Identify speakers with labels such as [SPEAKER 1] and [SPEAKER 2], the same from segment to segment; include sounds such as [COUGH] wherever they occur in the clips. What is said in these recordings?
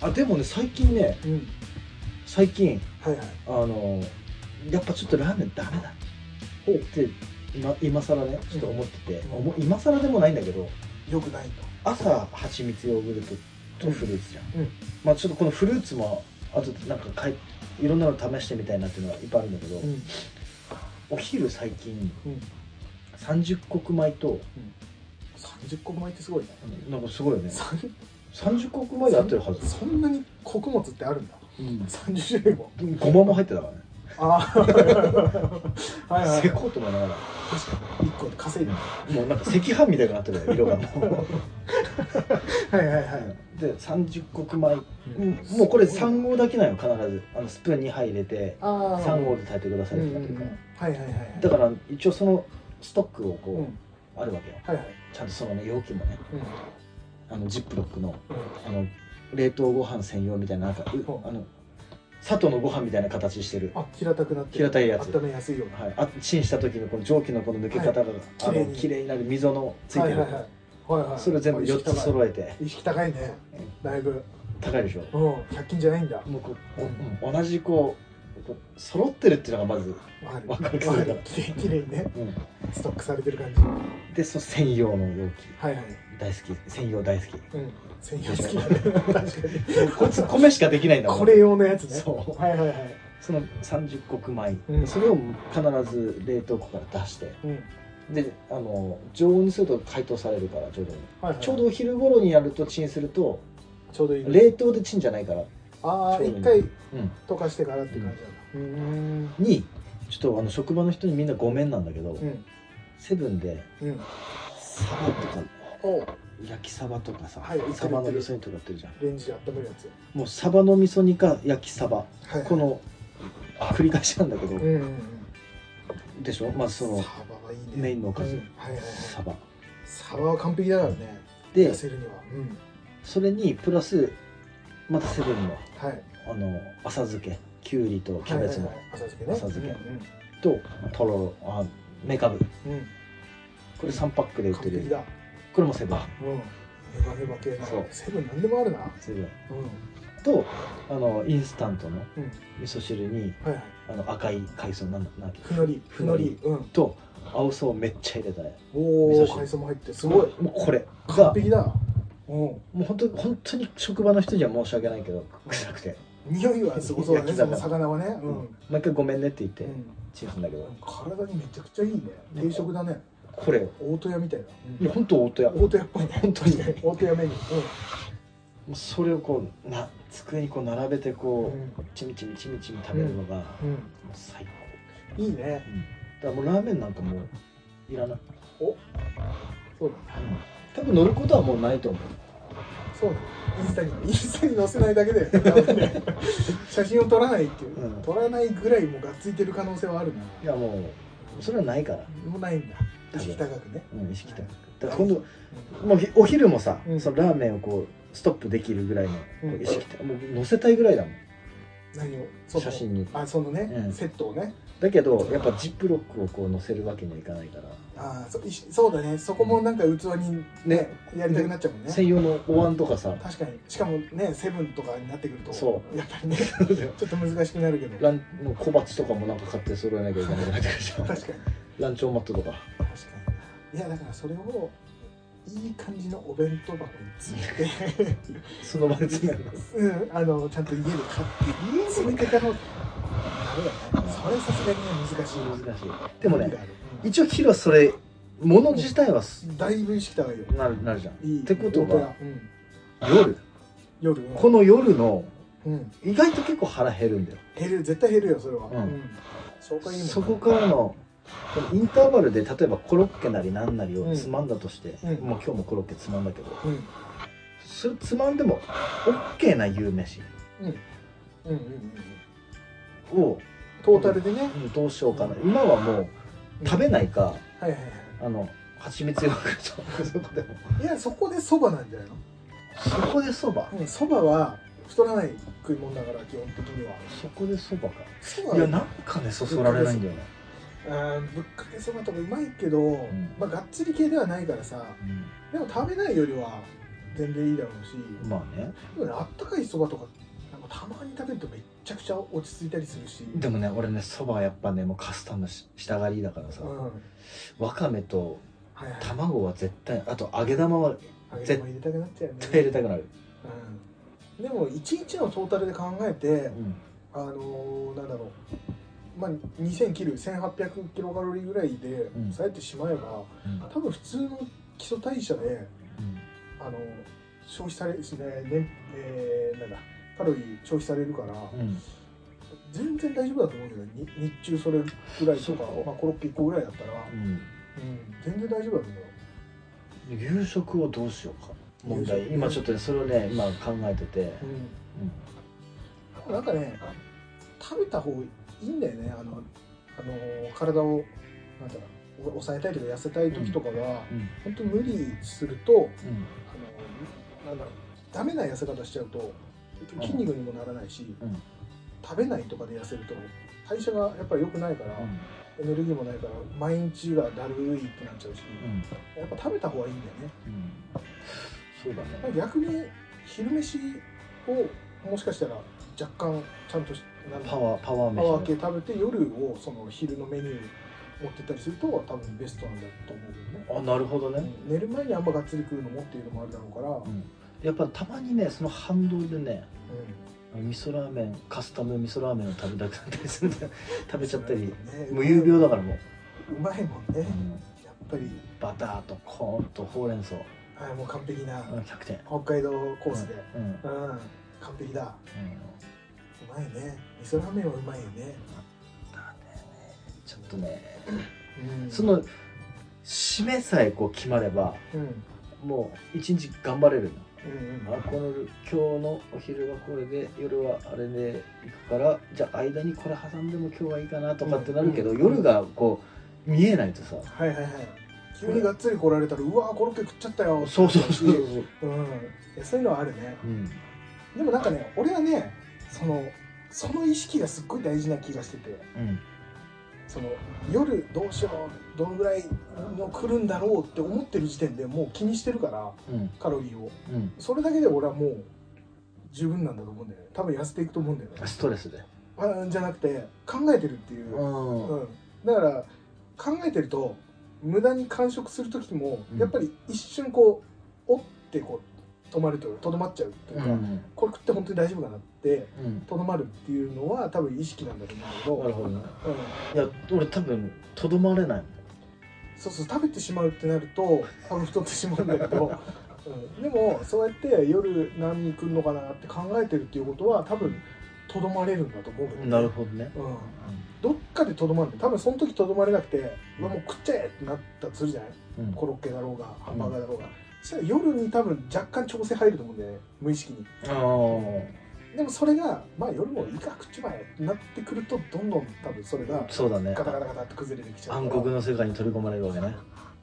[SPEAKER 1] あでもね最近ね
[SPEAKER 2] うん
[SPEAKER 1] 最近
[SPEAKER 2] はいはい
[SPEAKER 1] あのやっぱちょっとラーメンダメだ
[SPEAKER 2] ほう
[SPEAKER 1] って今今更ねちょっと思ってて、
[SPEAKER 2] うん
[SPEAKER 1] 思今更でもないんだけど
[SPEAKER 2] よくないと
[SPEAKER 1] 朝蜂蜜ヨーグルトとフルーツじゃん、
[SPEAKER 2] うん
[SPEAKER 1] まあちょっとこのフルーツもあとなんかかいいろんなの試してみたいなっていうのはいっぱいあるんだけど、
[SPEAKER 2] うん
[SPEAKER 1] お昼最近
[SPEAKER 2] うん
[SPEAKER 1] 30穀米と
[SPEAKER 2] 30穀米ってすごいね
[SPEAKER 1] なんかすごいよね
[SPEAKER 2] さん
[SPEAKER 1] 30穀米で合ってるはず、
[SPEAKER 2] そんなに穀物ってあるんだ
[SPEAKER 1] うん、
[SPEAKER 2] 30種類も
[SPEAKER 1] ごまも入ってたからね
[SPEAKER 2] ああはいはい
[SPEAKER 1] せこうと思いながら
[SPEAKER 2] 確かに1個で稼いで
[SPEAKER 1] もうなんか赤飯みたいになってるよ色がも
[SPEAKER 2] はいはいは
[SPEAKER 1] うで30穀米
[SPEAKER 2] い
[SPEAKER 1] もうこれ3合だけなの必ずあのスプーン2杯入れて
[SPEAKER 2] ああ
[SPEAKER 1] 3合で炊いてくださ
[SPEAKER 2] う
[SPEAKER 1] い
[SPEAKER 2] ん
[SPEAKER 1] とか
[SPEAKER 2] うん
[SPEAKER 1] っ
[SPEAKER 2] う
[SPEAKER 1] ていうから
[SPEAKER 2] んはいはいはいはい
[SPEAKER 1] だから一応そのストックをこう、
[SPEAKER 2] うん
[SPEAKER 1] あるわけよ
[SPEAKER 2] はいはい
[SPEAKER 1] ちゃんとそのね容器もね
[SPEAKER 2] うん
[SPEAKER 1] あのジップロックの
[SPEAKER 2] うん
[SPEAKER 1] あの冷凍ご飯専用みたいななんかう
[SPEAKER 2] ほう
[SPEAKER 1] あの佐藤のご飯みたいな形してる
[SPEAKER 2] あ平たくなって
[SPEAKER 1] 平たいやつ
[SPEAKER 2] 温めやすいような
[SPEAKER 1] はい、あチンした時のこの蒸気のこの抜け方が、あ
[SPEAKER 2] 綺麗
[SPEAKER 1] の
[SPEAKER 2] に
[SPEAKER 1] 綺麗になる溝のついてる、
[SPEAKER 2] はいはいはいはいはい
[SPEAKER 1] それ全部4つ揃えて
[SPEAKER 2] 意識高いねだいぶ
[SPEAKER 1] 高いでしょ
[SPEAKER 2] うん100均じゃないんだ
[SPEAKER 1] もうこう、うん同じこうこう揃ってるっていうのがまず、
[SPEAKER 2] わかる
[SPEAKER 1] わかる
[SPEAKER 2] わるきれいきれいにね
[SPEAKER 1] うん、
[SPEAKER 2] ストックされてる感じは
[SPEAKER 1] でその専用の容器
[SPEAKER 2] いはい
[SPEAKER 1] 大好き専用大好き
[SPEAKER 2] うん専用好きだね確かに
[SPEAKER 1] こいつ米しかできないんだもん
[SPEAKER 2] これ用のやつね
[SPEAKER 1] そう
[SPEAKER 2] はいはいはい
[SPEAKER 1] その30穀米、
[SPEAKER 2] うん
[SPEAKER 1] それを必ず冷凍庫から出して
[SPEAKER 2] うん
[SPEAKER 1] であの常温にすると解凍されるから徐々に
[SPEAKER 2] はいはい
[SPEAKER 1] ちょうどお昼頃にやるとチンすると
[SPEAKER 2] ちょうどいい
[SPEAKER 1] 冷凍でチンじゃないから、
[SPEAKER 2] ああ
[SPEAKER 1] ちょうどいい
[SPEAKER 2] 一回
[SPEAKER 1] うん
[SPEAKER 2] 溶かしてからっていう感じなんだうーん
[SPEAKER 1] にちょっとあの職場の人にみんなごめんなんだけど、
[SPEAKER 2] うん
[SPEAKER 1] セブンで
[SPEAKER 2] うん
[SPEAKER 1] サバとか
[SPEAKER 2] おう
[SPEAKER 1] 焼きサバとかさ、
[SPEAKER 2] はい
[SPEAKER 1] サバの味噌煮とかやってるじゃん
[SPEAKER 2] レンジで温めるやつ
[SPEAKER 1] もうサバの味噌煮か焼きサバ
[SPEAKER 2] はい
[SPEAKER 1] この繰り返しなんだけど、
[SPEAKER 2] うんうんうん
[SPEAKER 1] でしょまあその
[SPEAKER 2] サバはいいね
[SPEAKER 1] メインのおかず
[SPEAKER 2] うんはいはいはい
[SPEAKER 1] サバ
[SPEAKER 2] サバは完璧だからね
[SPEAKER 1] で
[SPEAKER 2] 痩せるにはうん
[SPEAKER 1] それにプラスまたセブンの
[SPEAKER 2] はい
[SPEAKER 1] あの浅漬けきゅうりとキャベツの
[SPEAKER 2] はいはいはい浅漬けね
[SPEAKER 1] 浅漬け
[SPEAKER 2] う
[SPEAKER 1] ととろろあメカブ
[SPEAKER 2] んうんうん
[SPEAKER 1] これ3パックで売っ
[SPEAKER 2] 完
[SPEAKER 1] て
[SPEAKER 2] 璧
[SPEAKER 1] る
[SPEAKER 2] だ
[SPEAKER 1] これもセブン
[SPEAKER 2] うんネバネバ系
[SPEAKER 1] そう
[SPEAKER 2] のセブン何でもあるな
[SPEAKER 1] セブン
[SPEAKER 2] うん
[SPEAKER 1] とあのインスタントの
[SPEAKER 2] うん
[SPEAKER 1] 味噌汁に
[SPEAKER 2] はいはい
[SPEAKER 1] あの赤い海藻なんだなんだっけ
[SPEAKER 2] ふのりふのりうん
[SPEAKER 1] と青そうめっちゃ入れた
[SPEAKER 2] お
[SPEAKER 1] 味噌
[SPEAKER 2] お
[SPEAKER 1] 汁
[SPEAKER 2] 海藻も入ってすごい
[SPEAKER 1] もうこれが
[SPEAKER 2] 完璧だうん
[SPEAKER 1] もう本当に本当に職場の人には申し訳ないけど臭くて
[SPEAKER 2] 匂いはすごそうだね
[SPEAKER 1] 焼き
[SPEAKER 2] そ
[SPEAKER 1] 魚
[SPEAKER 2] の魚はねうん
[SPEAKER 1] うん毎回ごめんねって言って
[SPEAKER 2] うん
[SPEAKER 1] チンするんだけど
[SPEAKER 2] 体にめちゃくちゃいいね定食だね
[SPEAKER 1] これよ
[SPEAKER 2] 大戸屋みたい
[SPEAKER 1] いや
[SPEAKER 2] な
[SPEAKER 1] 本当大戸屋も
[SPEAKER 2] 大戸屋っぽいね
[SPEAKER 1] 本当に
[SPEAKER 2] 大戸屋メニュ
[SPEAKER 1] うそれをこうな机にこう並べて
[SPEAKER 2] ー
[SPEAKER 1] こ
[SPEAKER 2] う
[SPEAKER 1] うんちみちみちみちみ食べるのがも
[SPEAKER 2] うん
[SPEAKER 1] う最高
[SPEAKER 2] うんいいね
[SPEAKER 1] だからもうラーメンなんかもういらない
[SPEAKER 2] そうだね
[SPEAKER 1] 多分乗ることはもうないと思う
[SPEAKER 2] そうだねインスタにインスタに載せないだ [LAUGHS] けで多分ね写真を撮らないっていう、
[SPEAKER 1] うん
[SPEAKER 2] 撮らないぐらいもうがっついてる可能性はあるない
[SPEAKER 1] やもうそれはないから
[SPEAKER 2] もうないんだ意識高くね
[SPEAKER 1] うん意識高くだから今度
[SPEAKER 2] う
[SPEAKER 1] もうひお昼もさ、
[SPEAKER 2] うん
[SPEAKER 1] そのラーメンをこうストップできるぐらいのこ
[SPEAKER 2] う
[SPEAKER 1] うん意識って、もう乗せたいぐらいだもん
[SPEAKER 2] 何をその
[SPEAKER 1] 写真に
[SPEAKER 2] あそのね、
[SPEAKER 1] うん
[SPEAKER 2] セットをね
[SPEAKER 1] だけどやっぱジップロックをこう乗せるわけにはいかないから、
[SPEAKER 2] あーそいしそうだねそこもなんか器にねやりたくなっちゃうもんね
[SPEAKER 1] 専用のお椀とか [LAUGHS] さ
[SPEAKER 2] 確かにしかもねセブンとかになってくると
[SPEAKER 1] そ
[SPEAKER 2] やっぱりね [LAUGHS] ちょっと難しくなるけど
[SPEAKER 1] ランの小鉢とかもなんか買って揃えなきゃいけなくなってくるじゃ
[SPEAKER 2] 確か
[SPEAKER 1] ん
[SPEAKER 2] に確か
[SPEAKER 1] ランチョンマットとか
[SPEAKER 2] にいやだからそれをいい感じのお弁当箱について
[SPEAKER 1] その場で詰める
[SPEAKER 2] うん、あのちゃんと家で買って詰めてからのダメだねそれさすがにね難しい
[SPEAKER 1] 難しいでも
[SPEAKER 2] 無理
[SPEAKER 1] ね
[SPEAKER 2] がある
[SPEAKER 1] 一応昼はそれもの自体はす
[SPEAKER 2] だいぶ意識高いよ
[SPEAKER 1] なるなるじゃん
[SPEAKER 2] いい
[SPEAKER 1] ってこと
[SPEAKER 2] 大戸屋
[SPEAKER 1] は
[SPEAKER 2] うん、
[SPEAKER 1] 夜
[SPEAKER 2] 夜
[SPEAKER 1] この夜の
[SPEAKER 2] うん、
[SPEAKER 1] 意外と結構腹減るんだよ
[SPEAKER 2] 減る絶対減るよそれは
[SPEAKER 1] うん
[SPEAKER 2] 消化いいもん
[SPEAKER 1] そこからのこのインターバルで例えばコロッケなりなんなり
[SPEAKER 2] う
[SPEAKER 1] を
[SPEAKER 2] ん
[SPEAKER 1] つまんだとして、
[SPEAKER 2] うん
[SPEAKER 1] もう今日もコロッケつまんだけど
[SPEAKER 2] うん
[SPEAKER 1] それつまんでも OK な夕飯
[SPEAKER 2] うんうんうんうん
[SPEAKER 1] を、
[SPEAKER 2] トータルでね、
[SPEAKER 1] うんどうしようかな今はもう食べないか
[SPEAKER 2] はいはいは
[SPEAKER 1] あの蜂蜜ヨーグルトそこでも
[SPEAKER 2] いいやそこでそばなんじゃない
[SPEAKER 1] そこでそば
[SPEAKER 2] のそば、蕎麦は太らない食い物だから基本的には
[SPEAKER 1] そこでそばか
[SPEAKER 2] そ
[SPEAKER 1] い
[SPEAKER 2] ば
[SPEAKER 1] やなんかねそそられないんだよね、
[SPEAKER 2] あーぶっかけそばとかうまいけど、
[SPEAKER 1] ん
[SPEAKER 2] まあがっつり系ではないからさでも食べないよりは全然いいだろうし、
[SPEAKER 1] まあね
[SPEAKER 2] でもねあったかいそばとかなんかたまに食べるとめっちゃくちゃ落ち着いたりするし、
[SPEAKER 1] でもね俺ねそばはやっぱねもうカスタムししたがりだからさ、
[SPEAKER 2] うんはい
[SPEAKER 1] わかめと
[SPEAKER 2] はい、
[SPEAKER 1] 卵は絶対あと揚げ玉は
[SPEAKER 2] 揚げ玉入れたくなっちゃうよね
[SPEAKER 1] 絶対入れたくなる、
[SPEAKER 2] うん、でも一日のトータルで考えて
[SPEAKER 1] うん
[SPEAKER 2] あのーなんだろう、まあ、2000切る1800キロカロリーぐらいで
[SPEAKER 1] ん
[SPEAKER 2] 抑えてしまえば、
[SPEAKER 1] うん
[SPEAKER 2] 多分普通の基礎代謝で、あのー消費されしね、ねえーなんだカロリー消費されるから、
[SPEAKER 1] うん
[SPEAKER 2] 全然大丈夫だと思うけどに日中それぐらい
[SPEAKER 1] そ
[SPEAKER 2] と
[SPEAKER 1] うか、
[SPEAKER 2] かまあ、コロッケ1個ぐらいだったら、
[SPEAKER 1] うん
[SPEAKER 2] うん、全然大丈夫だと思う
[SPEAKER 1] 夕食をどうしようか問
[SPEAKER 2] 夕
[SPEAKER 1] 題
[SPEAKER 2] 食
[SPEAKER 1] 今ちょっとねそれをね今考えてて、
[SPEAKER 2] うん、なんかね食べた方がいいんだよねあの、あのー体をなんだろうお抑えたいとか痩せたい時とかは、
[SPEAKER 1] うんうん
[SPEAKER 2] 本当無理すると
[SPEAKER 1] うん
[SPEAKER 2] あのなんだろうダメな痩せ方しちゃうと筋肉にもならないし、
[SPEAKER 1] うん
[SPEAKER 2] 食べないとかで痩せると代謝がやっぱり良くないから、エネルギーもないから毎日がだるいってなっちゃうし、
[SPEAKER 1] うん
[SPEAKER 2] やっぱ食べた方がいいんだよね
[SPEAKER 1] うんそうだね
[SPEAKER 2] 逆に昼飯をもしかしたら若干ちゃんとしなんだ
[SPEAKER 1] パワーパワー
[SPEAKER 2] パワー
[SPEAKER 1] 飯
[SPEAKER 2] 系食べて夜をその昼のメニュー持ってったりすると多分ベストなんだと思うけどね
[SPEAKER 1] あなるほどね、
[SPEAKER 2] うん寝る前にあんまがっつり食うのもっていうのもあるだろうから、うん
[SPEAKER 1] うんやっぱたまにねその反動でね味噌ラーメンカスタム味噌ラーメンを食べたくなったりするんだ
[SPEAKER 2] [LAUGHS]
[SPEAKER 1] よ食べちゃったり
[SPEAKER 2] ね
[SPEAKER 1] もう有病だからもう、
[SPEAKER 2] うまいもん
[SPEAKER 1] うん
[SPEAKER 2] ねやっぱり
[SPEAKER 1] バターとコーンとほうれん草
[SPEAKER 2] あもう完璧な
[SPEAKER 1] うん100点
[SPEAKER 2] 北海道コースで
[SPEAKER 1] うんうん
[SPEAKER 2] うん、完璧だうまいね味噌ラーメンはうまいよね
[SPEAKER 1] だねちょっとね
[SPEAKER 2] うん
[SPEAKER 1] その締めさえこう決まれば
[SPEAKER 2] うんうん
[SPEAKER 1] もう一日頑張れる
[SPEAKER 2] うん
[SPEAKER 1] あこの今日のお昼はこれで夜はあれで行くからじゃあ間にこれ挟んでも今日はいいかなとかってなるけど、
[SPEAKER 2] うん
[SPEAKER 1] 夜がこう見えないとさ、
[SPEAKER 2] はいはいはい急にがっつり来られたらうわーコロッケ食っちゃったよ
[SPEAKER 1] そうそうそうそう、
[SPEAKER 2] うんいやそういうのはあるね
[SPEAKER 1] うん、
[SPEAKER 2] でもなんかね俺はねそのその意識がすっごい大事な気がしてて
[SPEAKER 1] うん、
[SPEAKER 2] その夜どうしようどのぐらいの来るんだろうって思ってる時点でもう気にしてるから
[SPEAKER 1] うん、
[SPEAKER 2] カロリーを
[SPEAKER 1] うん、
[SPEAKER 2] それだけで俺はもう十分なんだと思うんだよね多分痩せていくと思うんだよね
[SPEAKER 1] ストレスで、
[SPEAKER 2] あじゃなくて考えてるっていう、
[SPEAKER 1] ん、
[SPEAKER 2] うん、だから考えてると無駄に完食する時も
[SPEAKER 1] うん
[SPEAKER 2] やっぱり一瞬こうおってこう止まるというとどまっちゃうという
[SPEAKER 1] う
[SPEAKER 2] か、
[SPEAKER 1] ん、
[SPEAKER 2] これ食って本当に大丈夫かなって
[SPEAKER 1] うん、
[SPEAKER 2] とどまるっていうのは多分意識なんだと思
[SPEAKER 1] な
[SPEAKER 2] うん
[SPEAKER 1] る
[SPEAKER 2] だけど、
[SPEAKER 1] ほどね。
[SPEAKER 2] うん、
[SPEAKER 1] いや、俺多分とどまれない。
[SPEAKER 2] そうそう食べてしまうってなると多分太ってしまうんだけ
[SPEAKER 1] [LAUGHS]
[SPEAKER 2] ど、うん、でもそうやって夜何に来るのかなって考えてるっていうことは多分とどまれるんだと思うけど、
[SPEAKER 1] なるほどね。
[SPEAKER 2] うん、どっかでとどまるんだよ多分その時とどまれなくて、うわもう食っちゃえってなったとするじゃない
[SPEAKER 1] うん、
[SPEAKER 2] コロッケだろうがハンバーガーだろうが、そしたら夜に多分若干調整入ると思うんだよね無意識に
[SPEAKER 1] ああ、
[SPEAKER 2] でもそれがまあ夜もいいか食っちまえってなってくるとどんどん多分それが
[SPEAKER 1] そうだね
[SPEAKER 2] ガ。タガタガタって崩れてきちゃう
[SPEAKER 1] 暗
[SPEAKER 2] から
[SPEAKER 1] 黒の世界に取り込まれるわけね。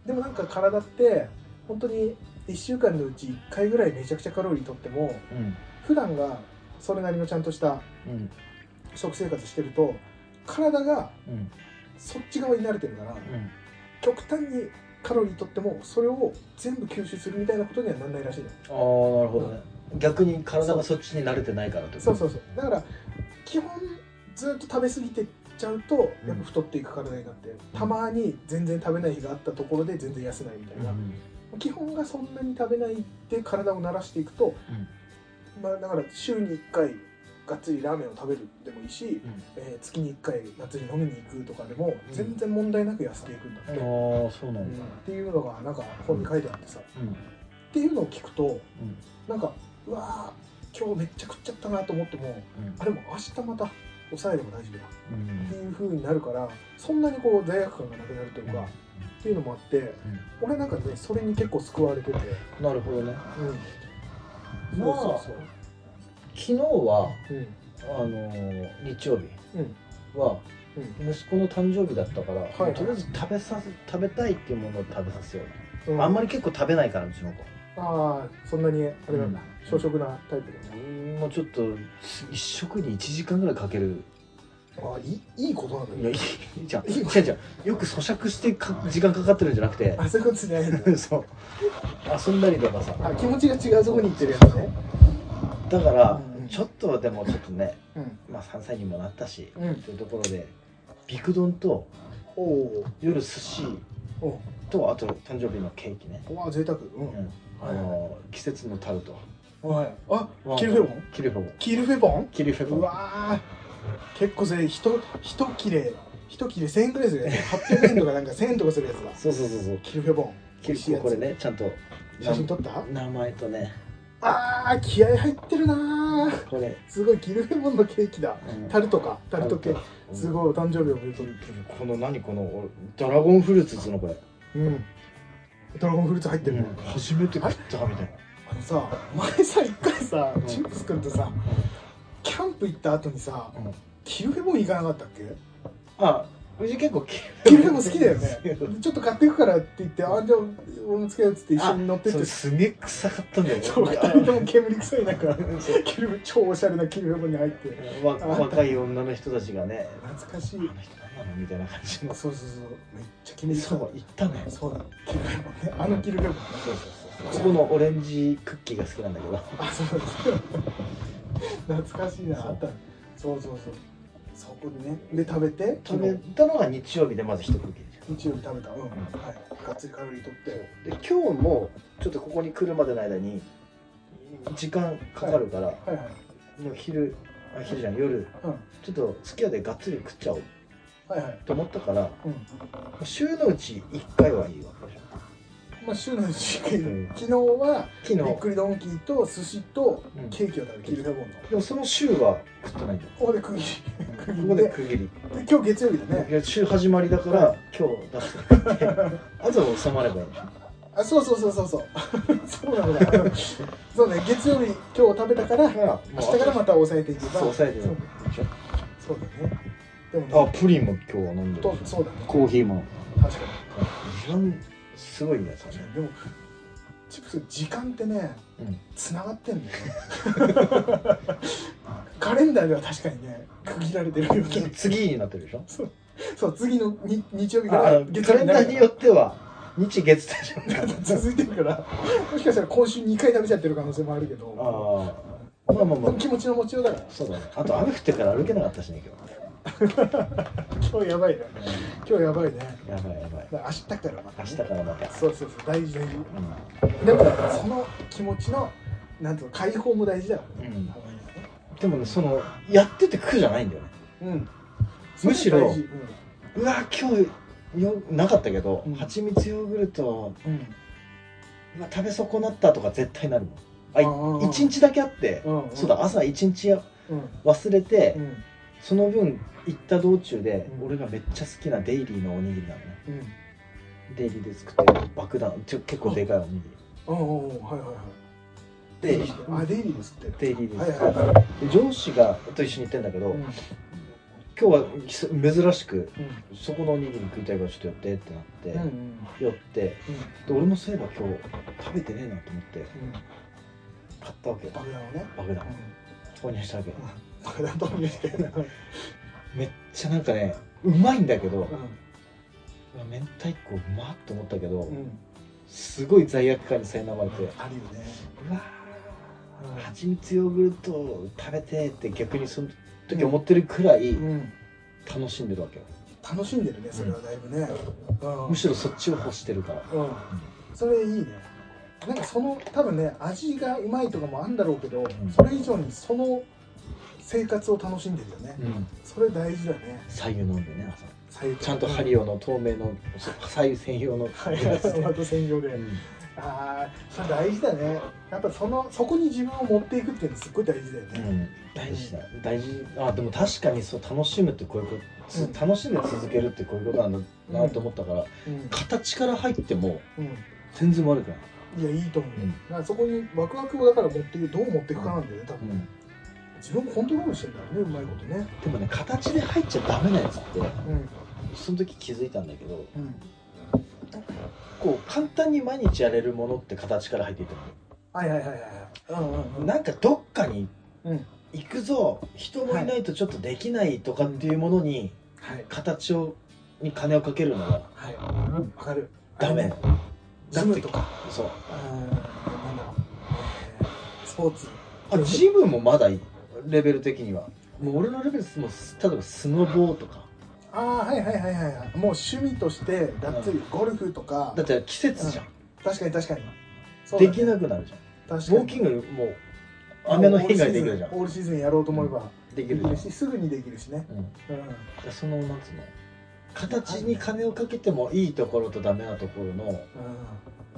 [SPEAKER 2] でもなんか体って本当に1週間のうち1回ぐらいめちゃくちゃカロリーとっても
[SPEAKER 1] うん、
[SPEAKER 2] 普段がそれなりのちゃんとした
[SPEAKER 1] うん、
[SPEAKER 2] 食生活してると体が
[SPEAKER 1] うん、
[SPEAKER 2] そっち側に慣れてるから
[SPEAKER 1] うん。
[SPEAKER 2] 極端にカロリーとってもそれを全部吸収するみたいなことにはなんないらしいの
[SPEAKER 1] ああ、なるほどね。逆に体がそっちに慣れてないからってこと
[SPEAKER 2] そうそうそうだから基本ずっと食べ過ぎてっちゃうと
[SPEAKER 1] うん
[SPEAKER 2] やっぱ太っていく体になって、たまに全然食べない日があったところで全然痩せないみたいな、
[SPEAKER 1] ん
[SPEAKER 2] 基本がそんなに食べないで体を慣らしていくと、まあ、だから週に1回がっつりラーメンを食べるでもいいし、えー月に1回がっつり飲みに行くとかでも
[SPEAKER 1] うん
[SPEAKER 2] 全然問題なく痩せていくんだって、うんっ
[SPEAKER 1] ああ、そうなんだ。
[SPEAKER 2] ていうのがなんか本に書いてあってさ、っ
[SPEAKER 1] うん、
[SPEAKER 2] ていうのを聞くと
[SPEAKER 1] うん、
[SPEAKER 2] なんかうわー今日めっちゃ食っちゃったなと思っても
[SPEAKER 1] うん
[SPEAKER 2] あれも明日また抑えれば大丈夫だっ
[SPEAKER 1] うん、
[SPEAKER 2] ていう風になるからそんなにこう罪悪感がなくなるというかっていうのもあって俺なんかねそれに結構救われてて、
[SPEAKER 1] なるほどね。
[SPEAKER 2] うん、
[SPEAKER 1] まあ
[SPEAKER 2] そうそう
[SPEAKER 1] 昨日は、
[SPEAKER 2] そう、うん
[SPEAKER 1] あのー日曜日
[SPEAKER 2] うん
[SPEAKER 1] は
[SPEAKER 2] う
[SPEAKER 1] 息子の誕生日だったから、
[SPEAKER 2] はい
[SPEAKER 1] とりあえず食べさせ食べたいっていうものを食べさせよう、
[SPEAKER 2] うん、
[SPEAKER 1] あんま
[SPEAKER 2] り
[SPEAKER 1] り結構食べないからうちの子
[SPEAKER 2] ああそんなにあれなんだ、
[SPEAKER 1] うん
[SPEAKER 2] 小食なタイプだね
[SPEAKER 1] もうちょっと一食に1時間ぐらいかける
[SPEAKER 2] あいいいいことなんだ
[SPEAKER 1] い
[SPEAKER 2] ね
[SPEAKER 1] やいいじゃんいいじゃんじゃんよく咀嚼してか時間かかってるんじゃなくて
[SPEAKER 2] あそういうことじゃないん
[SPEAKER 1] [LAUGHS]
[SPEAKER 2] だ
[SPEAKER 1] そう遊んだりとかさ
[SPEAKER 2] あ気持ちが違うとこに行ってるやつね
[SPEAKER 1] だから
[SPEAKER 2] うん
[SPEAKER 1] ちょっとはでもちょっとね
[SPEAKER 2] うん
[SPEAKER 1] まあ3歳にもなったし
[SPEAKER 2] うん
[SPEAKER 1] というところでビクドンと
[SPEAKER 2] おお
[SPEAKER 1] 夜寿司
[SPEAKER 2] おお
[SPEAKER 1] とあと誕生日のケーキね、
[SPEAKER 2] うわ贅沢う
[SPEAKER 1] うんん、あの季節のタルト
[SPEAKER 2] はいあキルフェボン
[SPEAKER 1] キルフェボン
[SPEAKER 2] キルフェボン
[SPEAKER 1] キルフェボ
[SPEAKER 2] う
[SPEAKER 1] ン
[SPEAKER 2] わー結構それひとひと切れひと切れ1000円くらいするやつ800円とかなんか1000円とかするやつだ
[SPEAKER 1] そうそうそうそう
[SPEAKER 2] キルフェボン
[SPEAKER 1] 結構これねちゃんと
[SPEAKER 2] 写真撮った
[SPEAKER 1] 名前とね
[SPEAKER 2] あー気合入ってるなー
[SPEAKER 1] これ、
[SPEAKER 2] すごいキルフェボンのケーキだ
[SPEAKER 1] うん
[SPEAKER 2] タルトかタルトケーキす
[SPEAKER 1] い
[SPEAKER 2] ごいお誕生日おめでとう
[SPEAKER 1] この何この俺ドラゴンフルーツっつうのこれ、
[SPEAKER 2] うんドラゴンフルーツ入ってるね、
[SPEAKER 1] 初めて食ったみたい
[SPEAKER 2] あのさ前さ一回さ
[SPEAKER 1] うん
[SPEAKER 2] チップス君とさキャンプ行った後にさ
[SPEAKER 1] な、
[SPEAKER 2] キルフェボン行かなかったっけ
[SPEAKER 1] あうち結構キ
[SPEAKER 2] キルフェボン好きだよねちょっと買っていくからって言ってあじゃあ俺もつけようっつって一緒に乗ってっ
[SPEAKER 1] そ
[SPEAKER 2] て
[SPEAKER 1] れすげえ臭かったんだよね
[SPEAKER 2] そう2人とも煙臭い中
[SPEAKER 1] [LAUGHS] そう
[SPEAKER 2] キルフェ超おしゃれなキルフェボンに入って
[SPEAKER 1] わ若い女の人たちがね
[SPEAKER 2] 懐かし
[SPEAKER 1] あ
[SPEAKER 2] い
[SPEAKER 1] の人何なのみたいな感じの
[SPEAKER 2] そうそうそうめっちゃ煙臭
[SPEAKER 1] そ
[SPEAKER 2] いう
[SPEAKER 1] 行ったね
[SPEAKER 2] そうだキルフェボンねあのキルフェボンね
[SPEAKER 1] そうそうそうここのオレンジクッキーが好きなんだけど
[SPEAKER 2] あそうそう懐かしいな
[SPEAKER 1] そう
[SPEAKER 2] あったそうそうそうそこでねで食べて
[SPEAKER 1] 食べたのが日曜日でまず一クッキーでしょ
[SPEAKER 2] 日曜日食べたうん、はい、がっつりカロリーとって
[SPEAKER 1] で今日もちょっとここに来るまでの間に時間かかるから、
[SPEAKER 2] はいはい
[SPEAKER 1] もう昼あ昼じゃん夜
[SPEAKER 2] うん
[SPEAKER 1] ちょっとすき家でがっつり食っちゃおう
[SPEAKER 2] はいはい
[SPEAKER 1] と思ったから
[SPEAKER 2] うん
[SPEAKER 1] 週のうち1回はいいわけじゃん
[SPEAKER 2] まあ週の一回
[SPEAKER 1] うん
[SPEAKER 2] 昨日は
[SPEAKER 1] 昨
[SPEAKER 2] びっ
[SPEAKER 1] 日
[SPEAKER 2] くりドンキーと寿司と
[SPEAKER 1] うん
[SPEAKER 2] ケーキを食べてキルフェボンの
[SPEAKER 1] でもその週は食ってないじゃん
[SPEAKER 2] ここで区切
[SPEAKER 1] こ
[SPEAKER 2] り
[SPEAKER 1] こで区切り、
[SPEAKER 2] りで今日月曜日だね
[SPEAKER 1] いや週始まりだから今日出してもらってあとは収まればいいじゃん
[SPEAKER 2] あそうそうそうそうそう [LAUGHS] そうなのだそうね月曜日今日食べたから
[SPEAKER 1] だから
[SPEAKER 2] 明日からまた抑えていけば
[SPEAKER 1] そう抑えてる
[SPEAKER 2] そうそうだねでも
[SPEAKER 1] あ
[SPEAKER 2] ね
[SPEAKER 1] プリンも今日は飲んでる
[SPEAKER 2] とそうだね
[SPEAKER 1] コーヒーも
[SPEAKER 2] 確かに
[SPEAKER 1] 時間すごいんだよそれ
[SPEAKER 2] 確かにでもチップス時間ってね
[SPEAKER 1] うん
[SPEAKER 2] つながってんだよね [LAUGHS] カレンダーでは確かにね区切られてるよね
[SPEAKER 1] 次になってるでしょ
[SPEAKER 2] そう次の日日曜日か
[SPEAKER 1] あ
[SPEAKER 2] ら
[SPEAKER 1] あのカレンダーによ
[SPEAKER 2] っ
[SPEAKER 1] っては日月だじゃんか
[SPEAKER 2] 続いてるからもしかしたら今週2回食べちゃってる可能性もあるけ
[SPEAKER 1] あ
[SPEAKER 2] ど
[SPEAKER 1] あまあまあまあ
[SPEAKER 2] 気持ちの持ちようだから
[SPEAKER 1] そうだねあと雨降ってから歩けなかったしね
[SPEAKER 2] 今日やばいね
[SPEAKER 1] 今日、
[SPEAKER 2] 今日やばいねだか
[SPEAKER 1] やばいやばい
[SPEAKER 2] ら明日からま
[SPEAKER 1] 明
[SPEAKER 2] たね
[SPEAKER 1] 日からまた、
[SPEAKER 2] そうそうそう大事大事
[SPEAKER 1] う
[SPEAKER 2] でもその気持ちのなんと解放も大事だから
[SPEAKER 1] ん
[SPEAKER 2] ね
[SPEAKER 1] うん、でもねそのやってて苦じゃないんだよね
[SPEAKER 2] うん
[SPEAKER 1] むしろ
[SPEAKER 2] それ大事
[SPEAKER 1] うわ今日よなかったけど、
[SPEAKER 2] うん
[SPEAKER 1] 蜂蜜ヨーグルト
[SPEAKER 2] うんうん
[SPEAKER 1] うわ食べ損なったとか絶対なるもんあい
[SPEAKER 2] あー
[SPEAKER 1] 一日だけあって、
[SPEAKER 2] うんうん
[SPEAKER 1] そうだ朝一日
[SPEAKER 2] うん
[SPEAKER 1] 忘れて、
[SPEAKER 2] うん
[SPEAKER 1] その分行った道中で、
[SPEAKER 2] うん
[SPEAKER 1] 俺がめっちゃ好きなデイリーのおにぎりなのね
[SPEAKER 2] うん
[SPEAKER 1] デイリーで作ってる爆弾ちょ結構でかいおにぎ
[SPEAKER 2] うんうんうんはいはいはい
[SPEAKER 1] りで
[SPEAKER 2] あデイリーですって
[SPEAKER 1] デイリーで
[SPEAKER 2] はい
[SPEAKER 1] す、
[SPEAKER 2] はいは
[SPEAKER 1] で上司がと一緒に行ってんだけど、
[SPEAKER 2] いうんうん
[SPEAKER 1] 今日はきそ珍しくそこのおにぎり食いたいからちょっと寄ってってなって、
[SPEAKER 2] うんうん
[SPEAKER 1] 寄ってで俺もそういえば今日食べてねえなと思って
[SPEAKER 2] うん
[SPEAKER 1] 買ったわけよ
[SPEAKER 2] 爆弾をね
[SPEAKER 1] 爆
[SPEAKER 2] う
[SPEAKER 1] 弾
[SPEAKER 2] ん
[SPEAKER 1] 購入したわけよ
[SPEAKER 2] 爆弾投入してうん
[SPEAKER 1] めっちゃなんかねうまいんだけど、うわ明太子うまっと思ったけど、
[SPEAKER 2] うん
[SPEAKER 1] すごい罪悪感に苛まれて
[SPEAKER 2] あるよね
[SPEAKER 1] うわー蜂蜜ヨーグルト食べてーって逆にその時思ってるくらい
[SPEAKER 2] うん
[SPEAKER 1] 楽しんでるわけよ、
[SPEAKER 2] 楽しんでるねそれはだいぶねうん
[SPEAKER 1] むしろそっちを欲してるから
[SPEAKER 2] うんそれいいねなんかその多分ね味がうまいとかもあるんだろうけど、
[SPEAKER 1] ん
[SPEAKER 2] それ以上にその生活を楽しんでるよね、
[SPEAKER 1] うん
[SPEAKER 2] それ大事だね
[SPEAKER 1] 左右飲んでね朝
[SPEAKER 2] 左右
[SPEAKER 1] ちゃんとハリオの透明のそう左右専用の
[SPEAKER 2] はいはいまた専用で、ああそれ大事だねやっぱそのそこに自分を持っていくっていうのすっごい大事だよ
[SPEAKER 1] う
[SPEAKER 2] ね、
[SPEAKER 1] ん、大事だ大事あでも確かにそう楽しむってこういうことつ、
[SPEAKER 2] うん
[SPEAKER 1] 楽しんで続けるってこういうことなんだなと思ったから、
[SPEAKER 2] うん
[SPEAKER 1] 形から入っても
[SPEAKER 2] うん
[SPEAKER 1] 全然悪くない、
[SPEAKER 2] いやいいと思う、
[SPEAKER 1] うん
[SPEAKER 2] だからそこにワクワクをだから持っていくどう持っていくかなんだよね多
[SPEAKER 1] う
[SPEAKER 2] 分、
[SPEAKER 1] ん、
[SPEAKER 2] 自分をコントロールしてんだよねうまいことね
[SPEAKER 1] でもね形で入っちゃダメなやつって
[SPEAKER 2] うん
[SPEAKER 1] その時気づいたんだけど
[SPEAKER 2] うん
[SPEAKER 1] こう簡単に毎日やれるものって形から入っていっても
[SPEAKER 2] はいはいはいはいうんうんうん
[SPEAKER 1] なんかどっかに
[SPEAKER 2] うん
[SPEAKER 1] 行くぞ人もいないとちょっとできないとかっていうものに
[SPEAKER 2] はい
[SPEAKER 1] 形をに金をかけるのは
[SPEAKER 2] はいわかる
[SPEAKER 1] ダメだ
[SPEAKER 2] ジ
[SPEAKER 1] って
[SPEAKER 2] ムとか
[SPEAKER 1] そう
[SPEAKER 2] うーんなんだろうえースポーツ
[SPEAKER 1] あジムもまだいいレベル的にはもう俺のレベルもう例えばスノボーとか
[SPEAKER 2] ああはいはいはいはいはいもう趣味としてがっつりゴルフとか
[SPEAKER 1] だって季節じゃん、
[SPEAKER 2] 確かに確かに
[SPEAKER 1] できな
[SPEAKER 2] く
[SPEAKER 1] くなるじゃん
[SPEAKER 2] 確
[SPEAKER 1] ウ
[SPEAKER 2] か
[SPEAKER 1] ォーキ
[SPEAKER 2] に
[SPEAKER 1] ングもう雨の被害できるじゃん
[SPEAKER 2] オールシーズンオールシーズンやろうと思えば
[SPEAKER 1] でき
[SPEAKER 2] で
[SPEAKER 1] る
[SPEAKER 2] きる
[SPEAKER 1] じ
[SPEAKER 2] しすぐにできるしね
[SPEAKER 1] ゃん、うん、だ
[SPEAKER 2] うん
[SPEAKER 1] からそのなんつうの形に金をかけてもいいところとダメなところの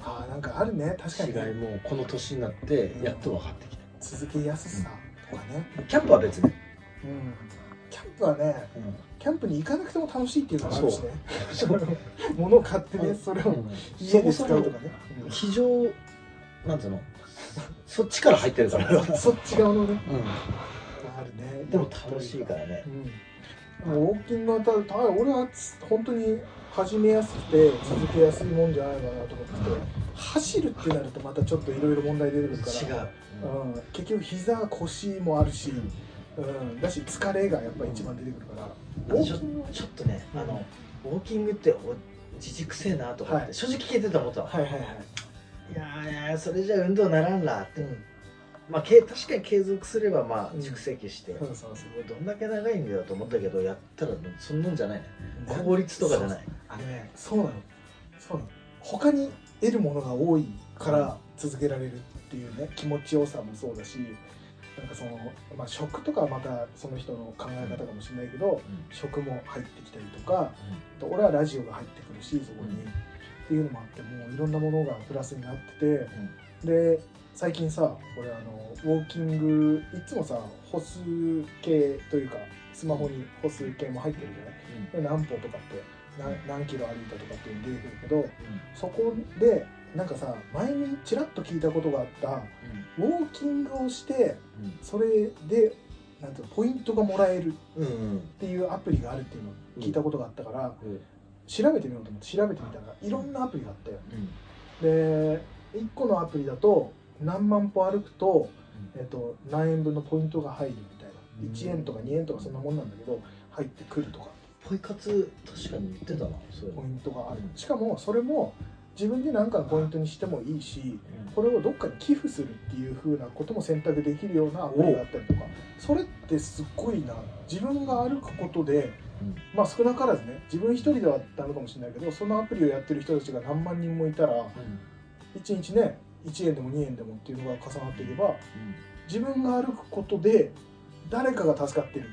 [SPEAKER 2] ああなんかあるね確かに
[SPEAKER 1] 違い
[SPEAKER 2] ね
[SPEAKER 1] もこの年になってやっと分かってきた、
[SPEAKER 2] 続けやすさとかね
[SPEAKER 1] キャンプは別ね、
[SPEAKER 2] うんキャンプはねキャンプに行かなくても楽しいっていうのがあるしね
[SPEAKER 1] [LAUGHS] そう
[SPEAKER 2] [LAUGHS] 物を買ってねそれを
[SPEAKER 1] そ
[SPEAKER 2] 家
[SPEAKER 1] も
[SPEAKER 2] で
[SPEAKER 1] そ
[SPEAKER 2] 使
[SPEAKER 1] も
[SPEAKER 2] うとかねうん
[SPEAKER 1] 非常なんつうのそっちから入ってるから、
[SPEAKER 2] そそっち側のね
[SPEAKER 1] う
[SPEAKER 2] あるね
[SPEAKER 1] ん、でも楽しいからね
[SPEAKER 2] うん、ウォーキングはただただ俺はつ本当に始めやすくて続けやすいもんじゃないかなと思ってて走るってなるとまたちょっといろいろ問題出てくるから
[SPEAKER 1] 違う、
[SPEAKER 2] うん、結局膝腰もあるし、うん、だし疲れがやっぱ一番出てくるから、
[SPEAKER 1] うん
[SPEAKER 2] ウォーキングは
[SPEAKER 1] ちょっとねあのウォーキングってお自軸せえなとかって、
[SPEAKER 2] はい
[SPEAKER 1] 正直聞いてた思ったわ、
[SPEAKER 2] はいはいはい、
[SPEAKER 1] い、やーいやーそれじゃ運動ならんらって
[SPEAKER 2] うん、
[SPEAKER 1] まあけ確かに継続すればまあ
[SPEAKER 2] うん
[SPEAKER 1] 蓄積して、
[SPEAKER 2] そうそうそう
[SPEAKER 1] どんだけ長いんだよと思ったけどやったらそんなんじゃないね
[SPEAKER 2] なん
[SPEAKER 1] 効率とかじゃない
[SPEAKER 2] あれねそうなのそうなの他に得るものが多いから続けられるっていうね気持ちよさもそうだしなんかその、まあ、食とかはまたその人の考え方かもしれないけど食も入ってきたりとかあと俺はラジオが入ってくるしそこに、
[SPEAKER 1] うん
[SPEAKER 2] っていうのもあってもういろんなものがプラスになってて、で最近さ俺あのウォーキングいつもさ歩数計というかスマホに歩数計も入ってるじゃないで何歩とかって何何キロ歩いたとかっていうの出てくるけどそこでなんかさ前にちらっと聞いたことがあったウォーキングをしてそれでなんていうのポイントがもらえるっ
[SPEAKER 1] うんうん
[SPEAKER 2] ていうアプリがあるっていうのを聞いたことがあったから、
[SPEAKER 1] うんうん
[SPEAKER 2] 調べてみようと思って調べてみたらいろんなアプリがあって
[SPEAKER 1] うん
[SPEAKER 2] で1個のアプリだと何万歩歩くと、えっと、何円分のポイントが入るみたいな
[SPEAKER 1] うん
[SPEAKER 2] 1円とか2円とかそんなもんなんだけど入ってくるとか
[SPEAKER 1] ポイ活確かに言ってたなそういう
[SPEAKER 2] ポ
[SPEAKER 1] の
[SPEAKER 2] イントがあるしかもそれも自分で何かのポイントにしてもいいしこれをどっかに寄付するっていう風なことも選択できるようなアプリがあったりとかそれってすっごいな自分が歩くことで
[SPEAKER 1] うん
[SPEAKER 2] まあ少なからずね自分一人ではダメかもしれないけどそのアプリをやってる人たちが何万人もいたら
[SPEAKER 1] うん
[SPEAKER 2] 1日ね1円でも2円でもっていうのが重なっていけば自分が歩くことで誰かが助かってる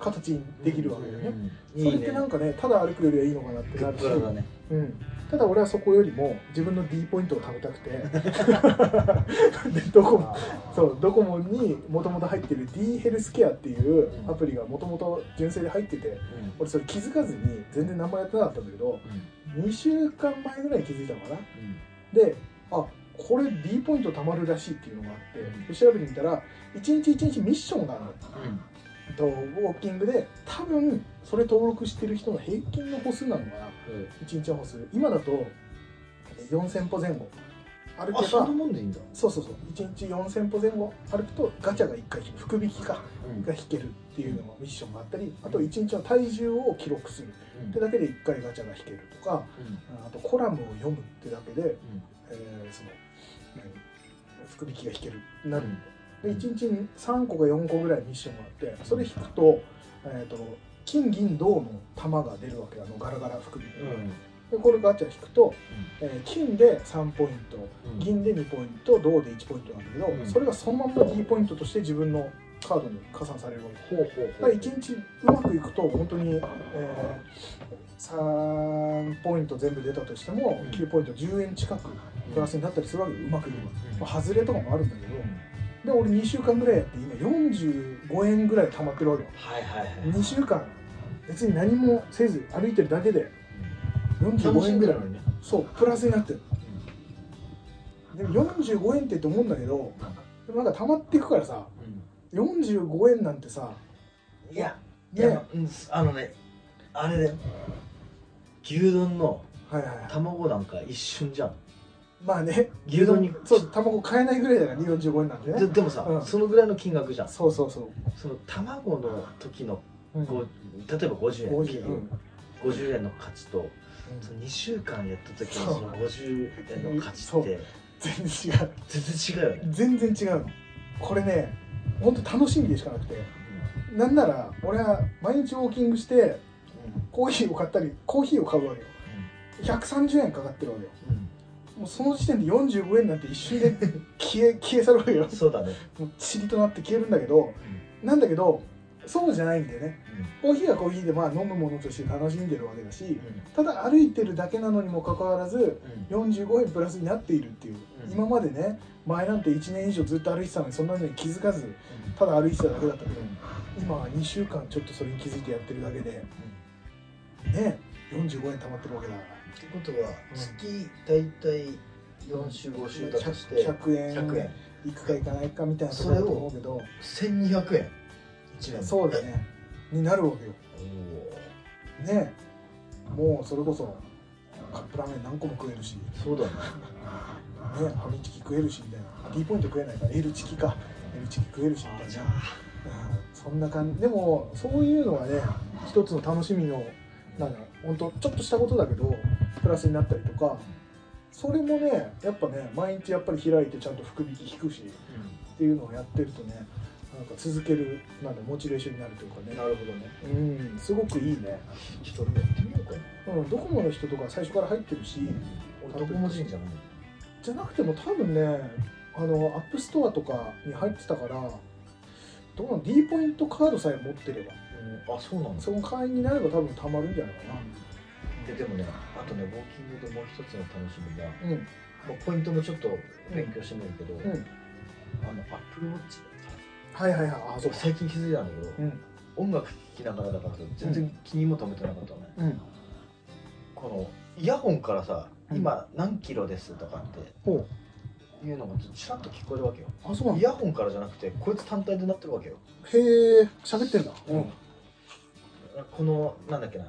[SPEAKER 2] 形にできるわけだよね。
[SPEAKER 1] うん
[SPEAKER 2] そ
[SPEAKER 1] い
[SPEAKER 2] れ
[SPEAKER 1] い
[SPEAKER 2] って
[SPEAKER 1] ね
[SPEAKER 2] なんかねただ歩くよりはいいのかなって
[SPEAKER 1] グ
[SPEAKER 2] な
[SPEAKER 1] ッ
[SPEAKER 2] るし
[SPEAKER 1] プラだね
[SPEAKER 2] うん、ただ俺はそこよりも自分の D ポイントを食べたく [LAUGHS] てでドコモそうドコモにもともと入ってる D ヘルスケアっていうアプリがもともと純正で入ってて俺それ気づかずに全然何もやってなかったんだけど
[SPEAKER 1] うん
[SPEAKER 2] 2週間前ぐらいに気づいたのかな
[SPEAKER 1] うん
[SPEAKER 2] であこれ D ポイント貯まるらしいっていうのがあってで調べてみたら1日1日ミッションがあるの
[SPEAKER 1] うん
[SPEAKER 2] えっとウォーキングで多分それ登録してる人の平均の歩数なのかな
[SPEAKER 1] うん
[SPEAKER 2] 1日の歩数今だと4000歩前後歩けば
[SPEAKER 1] あ
[SPEAKER 2] そ
[SPEAKER 1] そんなもんでいいんだ
[SPEAKER 2] うそうそう1日4000歩前後歩くとガチャが1回引く福引きか
[SPEAKER 1] うん
[SPEAKER 2] が引けるっていうのがミッションがあったりあと1日の体重を記録するってだけで1回ガチャが引けるとか
[SPEAKER 1] うん
[SPEAKER 2] あとコラムを読むってだけで、
[SPEAKER 1] うん
[SPEAKER 2] えーその何福引きが引けるなるんで
[SPEAKER 1] うん
[SPEAKER 2] 1日に3個か4個ぐらいミッションがあってそれ引くと,、えー、と金銀銅の玉が出るわけあのガラガラ福引き、
[SPEAKER 1] うん
[SPEAKER 2] でこれガチャ引くと、えー金で3ポイント
[SPEAKER 1] うん
[SPEAKER 2] 銀で2ポイント銅で1ポイントなんだけど、
[SPEAKER 1] うん
[SPEAKER 2] それがそのまんま D ポイントとして自分のカードに加算されるわけ
[SPEAKER 1] ほうほうほ
[SPEAKER 2] だ
[SPEAKER 1] う
[SPEAKER 2] から1日うまくいくと本当に、えー3ポイント全部出たとしても
[SPEAKER 1] うん
[SPEAKER 2] 9ポイント10円近くプラスになったりするわけでうまくいけば、まあ、外れとかもあるんだけどで俺2週間ぐらいやって今45円ぐらい溜まってるわけよ
[SPEAKER 1] はいはいはい
[SPEAKER 2] 2週間別に何もせず歩いてるだけで
[SPEAKER 1] 楽
[SPEAKER 2] 45
[SPEAKER 1] し
[SPEAKER 2] 円
[SPEAKER 1] ん
[SPEAKER 2] ぐ
[SPEAKER 1] で
[SPEAKER 2] らい
[SPEAKER 1] るのにね
[SPEAKER 2] そうプラスになってるでも45円ってって思うんだけどでもなんか溜まっていくからさ45円なんてさ
[SPEAKER 1] いやい
[SPEAKER 2] ね
[SPEAKER 1] やうんあのねあれで牛丼の
[SPEAKER 2] はいはいはい
[SPEAKER 1] 卵なんか一瞬じゃん
[SPEAKER 2] まあね
[SPEAKER 1] 牛丼に
[SPEAKER 2] そう卵買えないぐらいだから245円なんで
[SPEAKER 1] で
[SPEAKER 2] ね
[SPEAKER 1] でもさ、
[SPEAKER 2] うん
[SPEAKER 1] そのぐらいの金額じゃん
[SPEAKER 2] そうそうそ
[SPEAKER 1] その卵の時の
[SPEAKER 2] う、うん、
[SPEAKER 1] こう例えば50円
[SPEAKER 2] 50うん
[SPEAKER 1] 50円の価値と
[SPEAKER 2] うん
[SPEAKER 1] その2週間やった時の
[SPEAKER 2] そう
[SPEAKER 1] その50円の価値って
[SPEAKER 2] 全然違う
[SPEAKER 1] 全然違うよね、
[SPEAKER 2] 全然違うのこれね本当楽しみでしかなくてなんなら俺は毎日ウォーキングしてコーヒーを買ったりコーヒーを買うわけよ130円かかってるわけよ
[SPEAKER 1] うん
[SPEAKER 2] もうその時点で45円なんて一瞬で消え消え去るわけよ
[SPEAKER 1] うんそうだね、
[SPEAKER 2] もう塵となって消えるんだけどなんだけどそうじゃないんだよねコーヒーはコーヒーでまあ飲むものとして楽しんでるわけだしただ歩いてるだけなのにもかかわらず45円プラスになっているっていう、
[SPEAKER 1] うん
[SPEAKER 2] 今までね前なんて1年以上ずっと歩いてたのにそんなのに気づかずただ歩いてただけだったけど今は2週間ちょっとそれに気づいてやってるだけでね45円貯まってるわけだか
[SPEAKER 1] ってことは月大体4週5週だ
[SPEAKER 2] ら
[SPEAKER 1] として
[SPEAKER 2] 100 100円
[SPEAKER 1] 100円
[SPEAKER 2] いくかいかないかみたいなところだと思うけど
[SPEAKER 1] 1200円1年
[SPEAKER 2] そうだねになるわけよ
[SPEAKER 1] おー
[SPEAKER 2] ねもうそれこそカップラーメン何個も食えるし、ね、
[SPEAKER 1] そうだね
[SPEAKER 2] ファミチキ食えるしみたいなあ D ポイント食えないから L チキか L チキ食えるしみたいなうんそんな感じでもそういうのはね一つの楽しみのなんだろう本当ちょっとしたことだけどプラスになったりとかそれもねやっぱね毎日やっぱり開いてちゃんと福引き引くしっていうのをやってるとねなんか続けるなんだモチベーションになるというかね
[SPEAKER 1] なるほどね
[SPEAKER 2] うんすごくいいね、
[SPEAKER 1] ちょっと俺もやってみようかな
[SPEAKER 2] うん、ドコモの人とか最初から入ってるし
[SPEAKER 1] 俺ドコモ人じゃない
[SPEAKER 2] じゃなくても多分ねあのアップストアとかに入ってたからどうなん D ポイントカードさえ持ってれば
[SPEAKER 1] あそうなんだ
[SPEAKER 2] その会員になれば多分たまるんじゃないか
[SPEAKER 1] ででもねあとねウォーキングでもう一つの楽しみが、ま
[SPEAKER 2] なうん
[SPEAKER 1] あ、ポイントもちょっと勉強してみるけど、
[SPEAKER 2] うん
[SPEAKER 1] あのアップルウォッチ
[SPEAKER 2] はいはいはいあそうか
[SPEAKER 1] 最近気づいたんだけど、
[SPEAKER 2] うん
[SPEAKER 1] 音楽聴きながらだから全然気にも留めてなかったのね、
[SPEAKER 2] うん
[SPEAKER 1] このイヤホンからさ
[SPEAKER 2] うん
[SPEAKER 1] 今何キロですとかっ
[SPEAKER 2] ほ
[SPEAKER 1] ていうのがちらっと聞こえるわけよ
[SPEAKER 2] うあそうなん
[SPEAKER 1] イ
[SPEAKER 2] だ
[SPEAKER 1] ヤホンからじゃなくてこいつ単体でなってるわけよ、
[SPEAKER 2] へえ喋ってんだ
[SPEAKER 1] このなんだっけな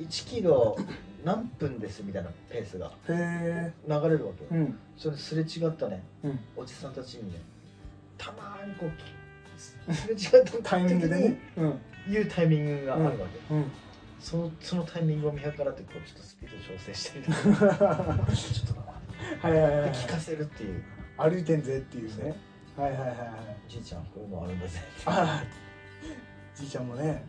[SPEAKER 1] 1キロ何分ですみたいなペースが
[SPEAKER 2] へえ
[SPEAKER 1] 流れるわけよ、
[SPEAKER 2] うん
[SPEAKER 1] それすれ違ったね
[SPEAKER 2] うん
[SPEAKER 1] おじさんたちにねたまーにこうすれ違った
[SPEAKER 2] タイミングでねうん
[SPEAKER 1] 言うタイミングがあるわけよ、
[SPEAKER 2] うん
[SPEAKER 1] そのそのタイミングを見計らってこうちょっとスピード調整 [LAUGHS] したりとか
[SPEAKER 2] [LAUGHS] は
[SPEAKER 1] ちょっとだない
[SPEAKER 2] はいはいは
[SPEAKER 1] で
[SPEAKER 2] い
[SPEAKER 1] 聞かせるっていう
[SPEAKER 2] 歩いてんぜっていうねはいはいはいはい
[SPEAKER 1] じいちゃんこういうのあるんだぜ
[SPEAKER 2] あー [LAUGHS] じいちゃんもね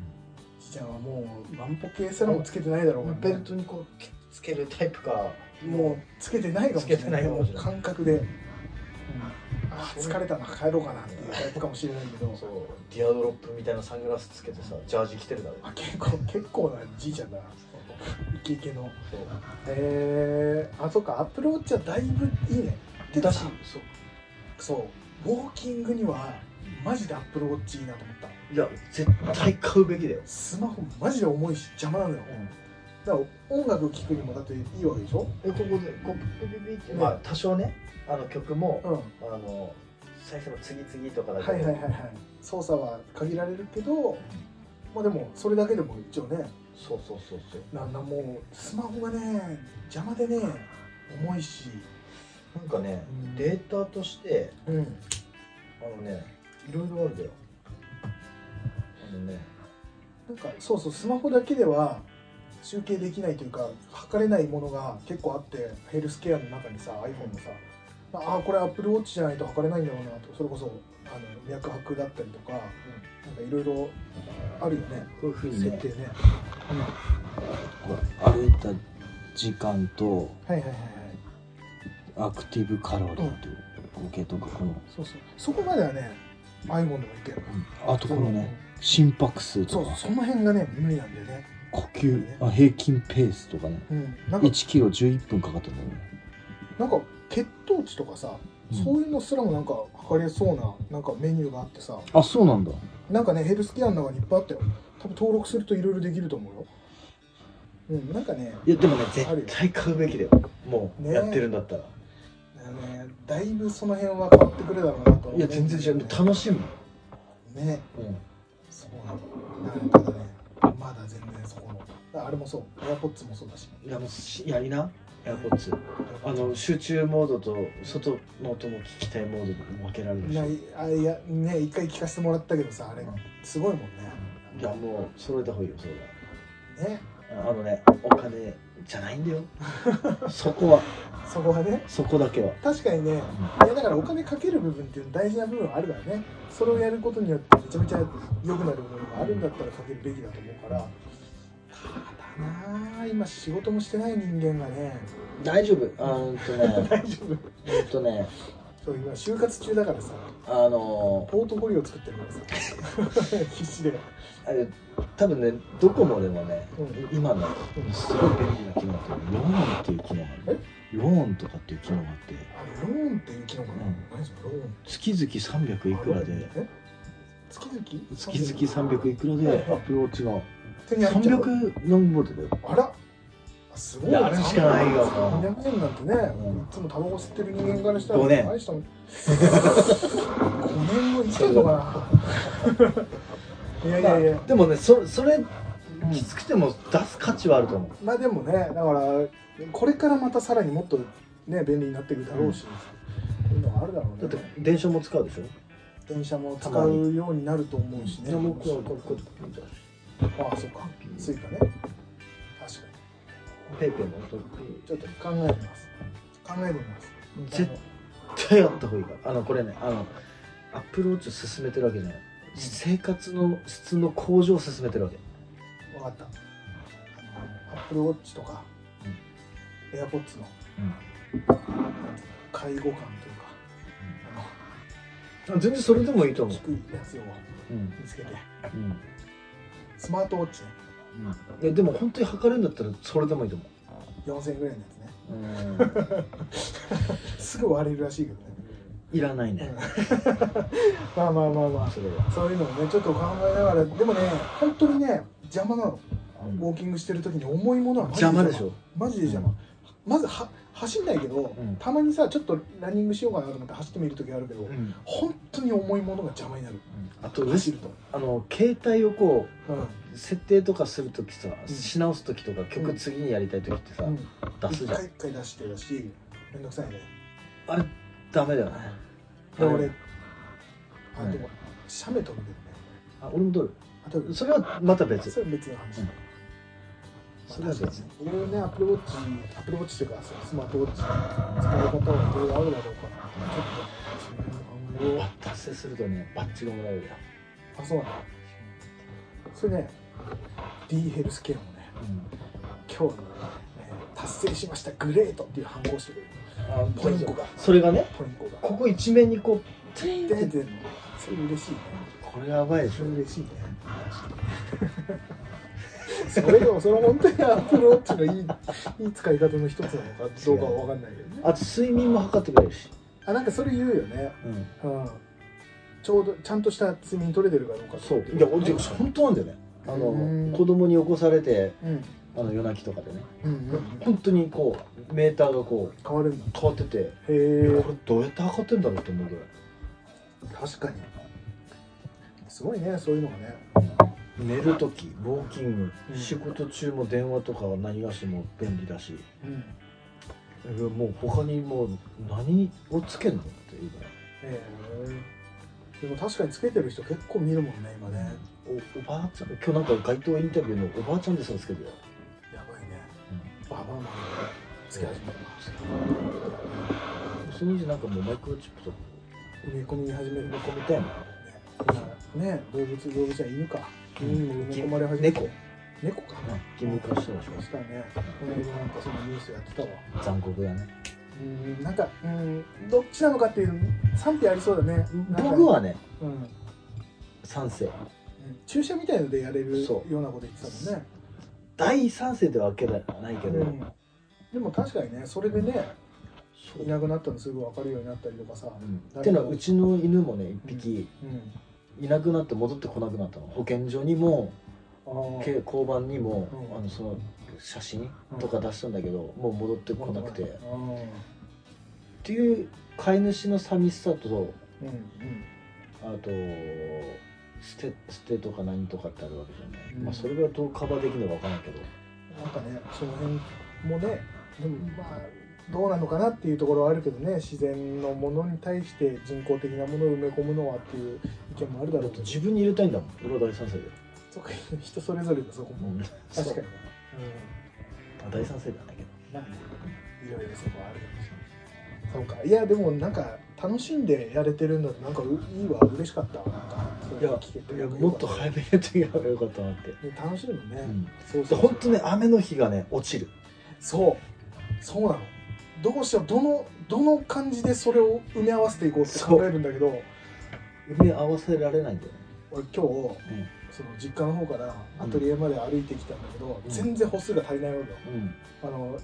[SPEAKER 2] じいちゃんはもう万歩計すらもつけてないだろうから
[SPEAKER 1] ベ
[SPEAKER 2] ね
[SPEAKER 1] ルトにこうピッつけるタイプか
[SPEAKER 2] もうつけてないかもしれ
[SPEAKER 1] つけ
[SPEAKER 2] な
[SPEAKER 1] てない
[SPEAKER 2] い
[SPEAKER 1] か
[SPEAKER 2] も
[SPEAKER 1] もしれ
[SPEAKER 2] う
[SPEAKER 1] ない
[SPEAKER 2] 感覚で、あー
[SPEAKER 1] そう
[SPEAKER 2] 疲れたな帰ろうかなっていうタイプかもしれないけど
[SPEAKER 1] そうディアドロップみたいなサングラスつけてさジャージ着てるだろ
[SPEAKER 2] あ結構結構なじいちゃんだなイケイケの
[SPEAKER 1] そう
[SPEAKER 2] えー、あそっかアップルウォッチはだいぶいいねてか
[SPEAKER 1] だし
[SPEAKER 2] さ
[SPEAKER 1] そう
[SPEAKER 2] そうウォーキングにはマジでアップルウォッチいいなと思った
[SPEAKER 1] いや絶対買うべきだよ、
[SPEAKER 2] スマホマジで重いし邪魔なのよだから音楽聴くにもだっていいわけでしょ
[SPEAKER 1] えここでこうピピピってまあ多少ねあの曲も、
[SPEAKER 2] うん
[SPEAKER 1] あの最初の次々とかだ
[SPEAKER 2] はい
[SPEAKER 1] け
[SPEAKER 2] はい
[SPEAKER 1] ど
[SPEAKER 2] はいはい操作は限られるけどまあでもそれだけでも一応ね
[SPEAKER 1] そうそうそうそう
[SPEAKER 2] なんだもうスマホがね邪魔でね重いし
[SPEAKER 1] なんかね、
[SPEAKER 2] うん
[SPEAKER 1] データとして
[SPEAKER 2] うん
[SPEAKER 1] あのねいろいろあるんだよあのね
[SPEAKER 2] なんかそうそうスマホだけでは集計できないというか測れないものが結構あってヘルスケアの中にさ iPhone のさ、ああこれ AppleWatch じゃないと測れないんだろうなとそれこそあの脈拍だったりとか、なんかいろいろあるよね
[SPEAKER 1] こういうふう
[SPEAKER 2] 設定ね、うんは
[SPEAKER 1] 歩いた時間と
[SPEAKER 2] いはいはいはい
[SPEAKER 1] アクティブカロリーと合計とかこの、
[SPEAKER 2] そうそうそこまではね iPhone でもいける
[SPEAKER 1] あとこのね心拍数
[SPEAKER 2] そ
[SPEAKER 1] と
[SPEAKER 2] う
[SPEAKER 1] か
[SPEAKER 2] その辺がね無理なんだよね
[SPEAKER 1] 呼吸あ平均ペースとかね
[SPEAKER 2] うんなんか
[SPEAKER 1] 1キロ11分かかってるんだよね
[SPEAKER 2] なんか血糖値とかさ、
[SPEAKER 1] うん
[SPEAKER 2] そういうのすらもなんか測れそうななんかメニューがあってさ
[SPEAKER 1] あそうなんだ
[SPEAKER 2] なんかねヘルスケアの中にいっぱいあったよ多分登録するといろいろできると思うようんなんかね
[SPEAKER 1] いやでもね
[SPEAKER 2] あるよ
[SPEAKER 1] 絶対買うべきだよもう
[SPEAKER 2] ね
[SPEAKER 1] やってるんだったら、
[SPEAKER 2] だねだいぶその辺は変わってくるだろうなとは思う
[SPEAKER 1] いや全然違うもう楽しむ、
[SPEAKER 2] ね
[SPEAKER 1] うん、
[SPEAKER 2] そうなんだだからただねまだ全然そこのだからあれもそうエアポッツもそうだし
[SPEAKER 1] いやもうしやりなエアポッツあの集中モードと外の音も聞きたいモードに分けられるし
[SPEAKER 2] ないあいやね一回聞かせてもらったけどさあれ
[SPEAKER 1] うん
[SPEAKER 2] すごいもんね
[SPEAKER 1] いやもう揃えた方がいいよそれ
[SPEAKER 2] ね
[SPEAKER 1] はあのねお金じゃない [LAUGHS] んだよそこは
[SPEAKER 2] そこがね
[SPEAKER 1] そこだけは
[SPEAKER 2] 確かにねいやだからお金かける部分っていうの大事な部分はあるからねそれをやることによってめちゃめちゃ良くなるものがあるんだったらかけるべきだと思うからただなあ今仕事もしてない人間がね [LAUGHS]
[SPEAKER 1] 大丈夫あーうんとね [LAUGHS]
[SPEAKER 2] 大丈夫
[SPEAKER 1] うんとね
[SPEAKER 2] そう今就活中だからさ
[SPEAKER 1] あの
[SPEAKER 2] ポートフォリオ作ってるからさ [LAUGHS] 必死で
[SPEAKER 1] あれ多分ねドコモでもね
[SPEAKER 2] うん
[SPEAKER 1] 今のすごい便利な機能ってローンっていう機能があるローンとかっていう機能があって
[SPEAKER 2] あれローンっていう機能かな、
[SPEAKER 1] うん
[SPEAKER 2] 何それローン
[SPEAKER 1] 月々300いくらで
[SPEAKER 2] え月々
[SPEAKER 1] 月々300いくらでアップローチが
[SPEAKER 2] 手に入っちゃう
[SPEAKER 1] 300何ボルトだよ
[SPEAKER 2] あらあすごい
[SPEAKER 1] いやあれしかないよ
[SPEAKER 2] 300円なんてね、
[SPEAKER 1] うん
[SPEAKER 2] いつもタバコ吸ってる人間からしたら
[SPEAKER 1] 五年
[SPEAKER 2] 大したもん5年後生きてんのか
[SPEAKER 1] [LAUGHS]
[SPEAKER 2] ないやいやいや
[SPEAKER 1] まあでもねそそれきつくても出す価値はあると思う
[SPEAKER 2] まあでもねだからこれからまたさらにもっとね便利になっていくだろうし、そういうのはあるだろ
[SPEAKER 1] だ
[SPEAKER 2] う
[SPEAKER 1] って
[SPEAKER 2] ね
[SPEAKER 1] 電車も使うでしょ
[SPEAKER 2] 電車も使うようになると思うしね
[SPEAKER 1] いやもうこうこうこう
[SPEAKER 2] ああそっかスイカね確か
[SPEAKER 1] ペイペイも
[SPEAKER 2] にちょっと考えてみます考えてみます
[SPEAKER 1] 絶対あった方がいいからあのこれねあのアップローチを進めてるわけじゃない生活の質の向上を進めてるわけ
[SPEAKER 2] 分かったアップルウォッチとか、エアポッツの介護感というか、
[SPEAKER 1] あ全然それでもいいと
[SPEAKER 2] あの
[SPEAKER 1] 思う
[SPEAKER 2] 低いやつを
[SPEAKER 1] うん
[SPEAKER 2] 見つけて
[SPEAKER 1] うん
[SPEAKER 2] スマートウォッチね
[SPEAKER 1] いやでも本当に測れるんだったらそれでもいいと思
[SPEAKER 2] 4000円ぐらいのやつね
[SPEAKER 1] ううん
[SPEAKER 2] すぐ割れるらしいけどね、
[SPEAKER 1] [LAUGHS] いらない
[SPEAKER 2] うん
[SPEAKER 1] ね
[SPEAKER 2] まあまあまあま
[SPEAKER 1] それは
[SPEAKER 2] あそういうのをねちょっと考えながらでもね本当にね邪魔なのウォーキングしてる時に重いものはマジ
[SPEAKER 1] 邪魔でしょ
[SPEAKER 2] マジで邪魔、まずは走んないけど、
[SPEAKER 1] うん
[SPEAKER 2] たまにさちょっとランニングしようかなと思って走ってみる時あるけど、
[SPEAKER 1] うん
[SPEAKER 2] 本当に重いものが邪魔になる
[SPEAKER 1] あと
[SPEAKER 2] 走ると、
[SPEAKER 1] あの携帯をこ
[SPEAKER 2] うん
[SPEAKER 1] う設定とかするときさ、
[SPEAKER 2] うん
[SPEAKER 1] し直すときとか曲次にやりたいときってさ、
[SPEAKER 2] うん、
[SPEAKER 1] 出すじ
[SPEAKER 2] 一
[SPEAKER 1] ゃん、
[SPEAKER 2] 回一回出してだしめんどくさいね
[SPEAKER 1] あれダメだよね
[SPEAKER 2] で
[SPEAKER 1] あれ
[SPEAKER 2] 俺あ
[SPEAKER 1] うん
[SPEAKER 2] でも写メ撮るけどね
[SPEAKER 1] あ俺もどる
[SPEAKER 2] あと
[SPEAKER 1] それはまた別
[SPEAKER 2] それは別の話、
[SPEAKER 1] うんそれは別
[SPEAKER 2] ねいろいろねアップルウォッチアップルウォッチというかそうスマートウォッチ使い方はいろいろあるだろうからちょっとそれを考えよ
[SPEAKER 1] 達成するとねバッジがもらえるよ、
[SPEAKER 2] うあそうなんだそれね D ヘルスケアもね今日の、ねえー達成しましたグレートっていう反抗してくれる
[SPEAKER 1] あ
[SPEAKER 2] ポイントが
[SPEAKER 1] それがね
[SPEAKER 2] ポイントが
[SPEAKER 1] ここ一面にこうツイーンっ
[SPEAKER 2] 出
[SPEAKER 1] て
[SPEAKER 2] てるのそれ嬉しいね
[SPEAKER 1] これやばいでし
[SPEAKER 2] そ
[SPEAKER 1] ょ
[SPEAKER 2] れ嬉しいねそれでもその本当にアップルウォッチのいいいい使い方の一つなのかどうかは分かんないけどね
[SPEAKER 1] あと睡眠も測ってくれるし、
[SPEAKER 2] あなんかそれ言うよね、うん、ちょうどちゃんとした睡眠取れてるかどうかって
[SPEAKER 1] そう
[SPEAKER 2] いう
[SPEAKER 1] いや俺本当なんだよねあ
[SPEAKER 2] うん
[SPEAKER 1] の子供に起こされて
[SPEAKER 2] うんうん
[SPEAKER 1] あの夜泣きとかでね
[SPEAKER 2] うん
[SPEAKER 1] 本当にこうメーターがこう
[SPEAKER 2] 変わるんだ
[SPEAKER 1] 変わってて
[SPEAKER 2] へ
[SPEAKER 1] これ
[SPEAKER 2] え
[SPEAKER 1] どうやって測ってんだろうと思うぐらい
[SPEAKER 2] 確かにすごいねそういうのがね
[SPEAKER 1] 寝る時ウォーキング、
[SPEAKER 2] うん
[SPEAKER 1] 仕事中も電話とかは何がしも便利だし
[SPEAKER 2] う
[SPEAKER 1] え
[SPEAKER 2] ん
[SPEAKER 1] もう他にもう何をつけんのっていうか
[SPEAKER 2] ええでも確かにつけてる人結構見るもんね今ね
[SPEAKER 1] おおばあちゃん今日なんか街頭インタビューのおばあちゃんでさんですけど
[SPEAKER 2] やばいねババアもつけ始めたな
[SPEAKER 1] そのうちなんかもうマイクロチップとか
[SPEAKER 2] 埋め込み始める
[SPEAKER 1] 埋
[SPEAKER 2] ね
[SPEAKER 1] め込みたいな
[SPEAKER 2] ね動物動物は犬か犬にも埋め込まれ始め
[SPEAKER 1] 猫
[SPEAKER 2] 猫か
[SPEAKER 1] 義務化したでし
[SPEAKER 2] そしたらねこの間なんかそのニュースやってたわ
[SPEAKER 1] ょ残酷だね
[SPEAKER 2] うんなんかうんどっちなのかっていう賛否ありそうだねなんか
[SPEAKER 1] 僕はね
[SPEAKER 2] うんうん
[SPEAKER 1] 賛成
[SPEAKER 2] 注射みたいのでやれるよ
[SPEAKER 1] そう
[SPEAKER 2] うなこと言ってたもんね
[SPEAKER 1] 第三世ではわけではないけど、
[SPEAKER 2] うんでも確かにねそれでね
[SPEAKER 1] そう
[SPEAKER 2] いなくなったのすぐ分かるようになったりとかさ
[SPEAKER 1] うんってのはうちの犬もね一匹
[SPEAKER 2] うん
[SPEAKER 1] いなくなって戻ってこなくなったの保健所にも
[SPEAKER 2] あー
[SPEAKER 1] け交番にも、
[SPEAKER 2] うん
[SPEAKER 1] あのその写真とか出したんだけど、もう戻ってこなくて、
[SPEAKER 2] あ
[SPEAKER 1] っ
[SPEAKER 2] ーうん
[SPEAKER 1] ていう飼い主の寂しさと
[SPEAKER 2] うん
[SPEAKER 1] あと捨て捨てとか何とかってあるわけじゃない、
[SPEAKER 2] うん
[SPEAKER 1] まあそれがどうカバーできるのかわからんけど
[SPEAKER 2] なんかねその辺もねでもまあどうなのかなっていうところはあるけどね自然のものに対して人工的なものを埋め込むのはっていう意見もあるだ
[SPEAKER 1] だ
[SPEAKER 2] ろ
[SPEAKER 1] っ
[SPEAKER 2] う
[SPEAKER 1] て
[SPEAKER 2] けど
[SPEAKER 1] 自分に入れたいんだもん俺は第三世代
[SPEAKER 2] そっか人それぞれだそこも、
[SPEAKER 1] だ
[SPEAKER 2] 確かに、うん、
[SPEAKER 1] に第三世代なんだけど
[SPEAKER 2] まあいろいろそこはあるかもしれないそうかいやでもなんか楽しんでやれてるんだってなんかういいわ嬉しかったわなんかそ
[SPEAKER 1] い
[SPEAKER 2] れ
[SPEAKER 1] や
[SPEAKER 2] 聞けて
[SPEAKER 1] いやもっと早めにやってやればよかったなって、
[SPEAKER 2] ね楽しいもんね、
[SPEAKER 1] うん、
[SPEAKER 2] そうそうそう
[SPEAKER 1] 本当ね雨の日がね落ちる
[SPEAKER 2] そうそうなのどうしてもどのどの感じでそれを埋め合わせていこうって考えるんだけど
[SPEAKER 1] 埋め合わせられないんだよね
[SPEAKER 2] 俺今日その実家の方からアトリエまで歩いてきたんだけど、
[SPEAKER 1] うん
[SPEAKER 2] 全然歩数が足りないわけよ、
[SPEAKER 1] うん
[SPEAKER 2] あの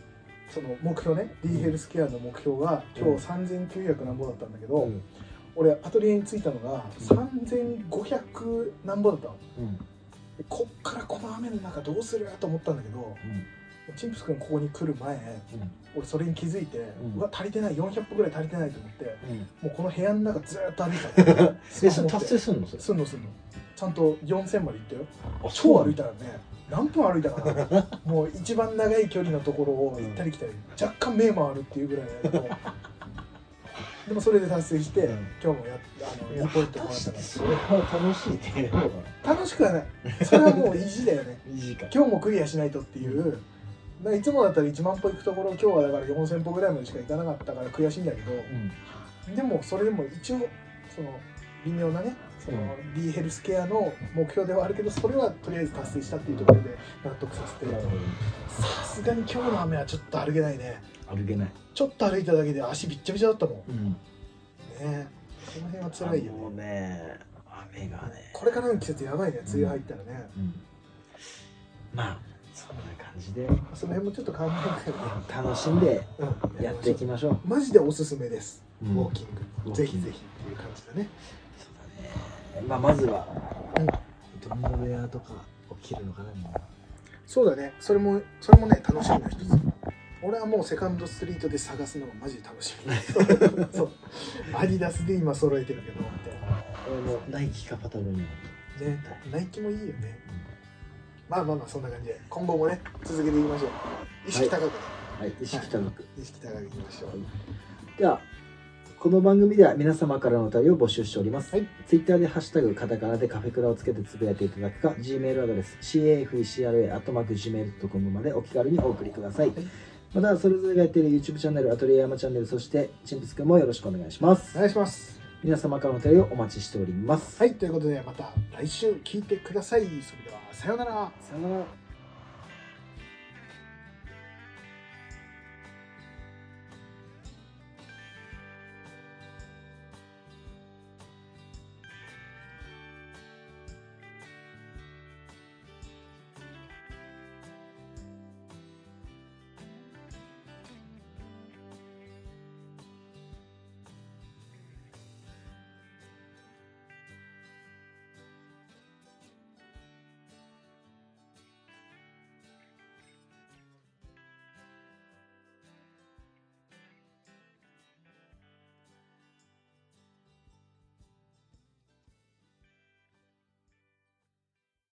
[SPEAKER 2] その目標ね D ヘルスケアの目標が今日3900何ぼだったんだけど、
[SPEAKER 1] うん
[SPEAKER 2] 俺アトリエに着いたのが
[SPEAKER 1] うん
[SPEAKER 2] 3500何ぼだったの
[SPEAKER 1] うん
[SPEAKER 2] でこっからこの雨の中どうすると思ったんだけどチンプス君ここに来る前俺それに気づいて、うんわ足りてない400歩ぐらい足りてないと思って
[SPEAKER 1] うんうん
[SPEAKER 2] もうこの部屋の中ずーっと歩いてたの
[SPEAKER 1] え [LAUGHS] それ達成すんのそれ
[SPEAKER 2] すんのすんのちゃんと4000まで行ったよ
[SPEAKER 1] あ
[SPEAKER 2] 超歩い
[SPEAKER 1] た
[SPEAKER 2] たらね何分歩いたかなもう一番長い距離のところを行ったり来たり、若干目回るっていうぐらいだけどでもそれで達成して、
[SPEAKER 1] うん
[SPEAKER 2] 今日もやっあのやポイントもらったか
[SPEAKER 1] それは楽しいっていうのが
[SPEAKER 2] ら楽しくはないそれはもう意地だよね
[SPEAKER 1] いい時間
[SPEAKER 2] 今日もクリアしないとっていうだからいつもだったら1万歩行くところ今日はだから4000歩ぐらいまでしか行かなかったから悔しいんだけど、
[SPEAKER 1] うん
[SPEAKER 2] でもそれでも一応その微妙なねその D ヘルスケアの目標ではあるけどそれはとりあえず達成したっていうところで納得させて
[SPEAKER 1] なるほど
[SPEAKER 2] さすがに今日の雨はちょっと歩けないね
[SPEAKER 1] 歩けない
[SPEAKER 2] ちょっと歩いただけで足びっちゃびちゃだったもん
[SPEAKER 1] う
[SPEAKER 2] ね
[SPEAKER 1] ん
[SPEAKER 2] えこの辺は辛いよ
[SPEAKER 1] もう
[SPEAKER 2] ね
[SPEAKER 1] ね雨がね
[SPEAKER 2] これからの季節やばいね梅雨入ったらね
[SPEAKER 1] うんまあそんな感じで
[SPEAKER 2] その辺もちょっと考え
[SPEAKER 1] 楽しんで
[SPEAKER 2] ながらね、うん
[SPEAKER 1] やっていきましょう
[SPEAKER 2] マジでおすすめです、
[SPEAKER 1] うん
[SPEAKER 2] ウォーキング
[SPEAKER 1] ウォーキング
[SPEAKER 2] ぜひぜひっていう感じだね
[SPEAKER 1] そうだねまあまずはどんなウェアとか起きるのかなみんな
[SPEAKER 2] そうだねそれもそれもね楽しみの一つ俺はもうセカンドストリートで探すのがマジで楽し
[SPEAKER 1] [LAUGHS]
[SPEAKER 2] みそうアディダスで今揃えてるけどみたい
[SPEAKER 1] 俺もナイキかパタゴニ
[SPEAKER 2] なねナイキもいいよねまあまあまあそんな感じで今後もね続けていきましょう意識高くね、
[SPEAKER 1] アはい意識高く
[SPEAKER 2] 意識高くいきましょう
[SPEAKER 1] ではこの番組では皆様からのお便りを募集しております、
[SPEAKER 2] はい
[SPEAKER 1] ツイッターで「ハッシュタグカタカナ」でカフェクラをつけてつぶやいていただくか G メールアドレス cafecra.gmail.com までお気軽にお送りください、
[SPEAKER 2] はい
[SPEAKER 1] またそれぞれがやっている YouTube チャンネルアトリエ山チャンネルそしてチンプスくんもよろしくお願いします、
[SPEAKER 2] お願いします
[SPEAKER 1] 皆様からのお便りをお待ちしております、
[SPEAKER 2] はいということでまた来週聞いてくださいそれではさようなら
[SPEAKER 1] さよなら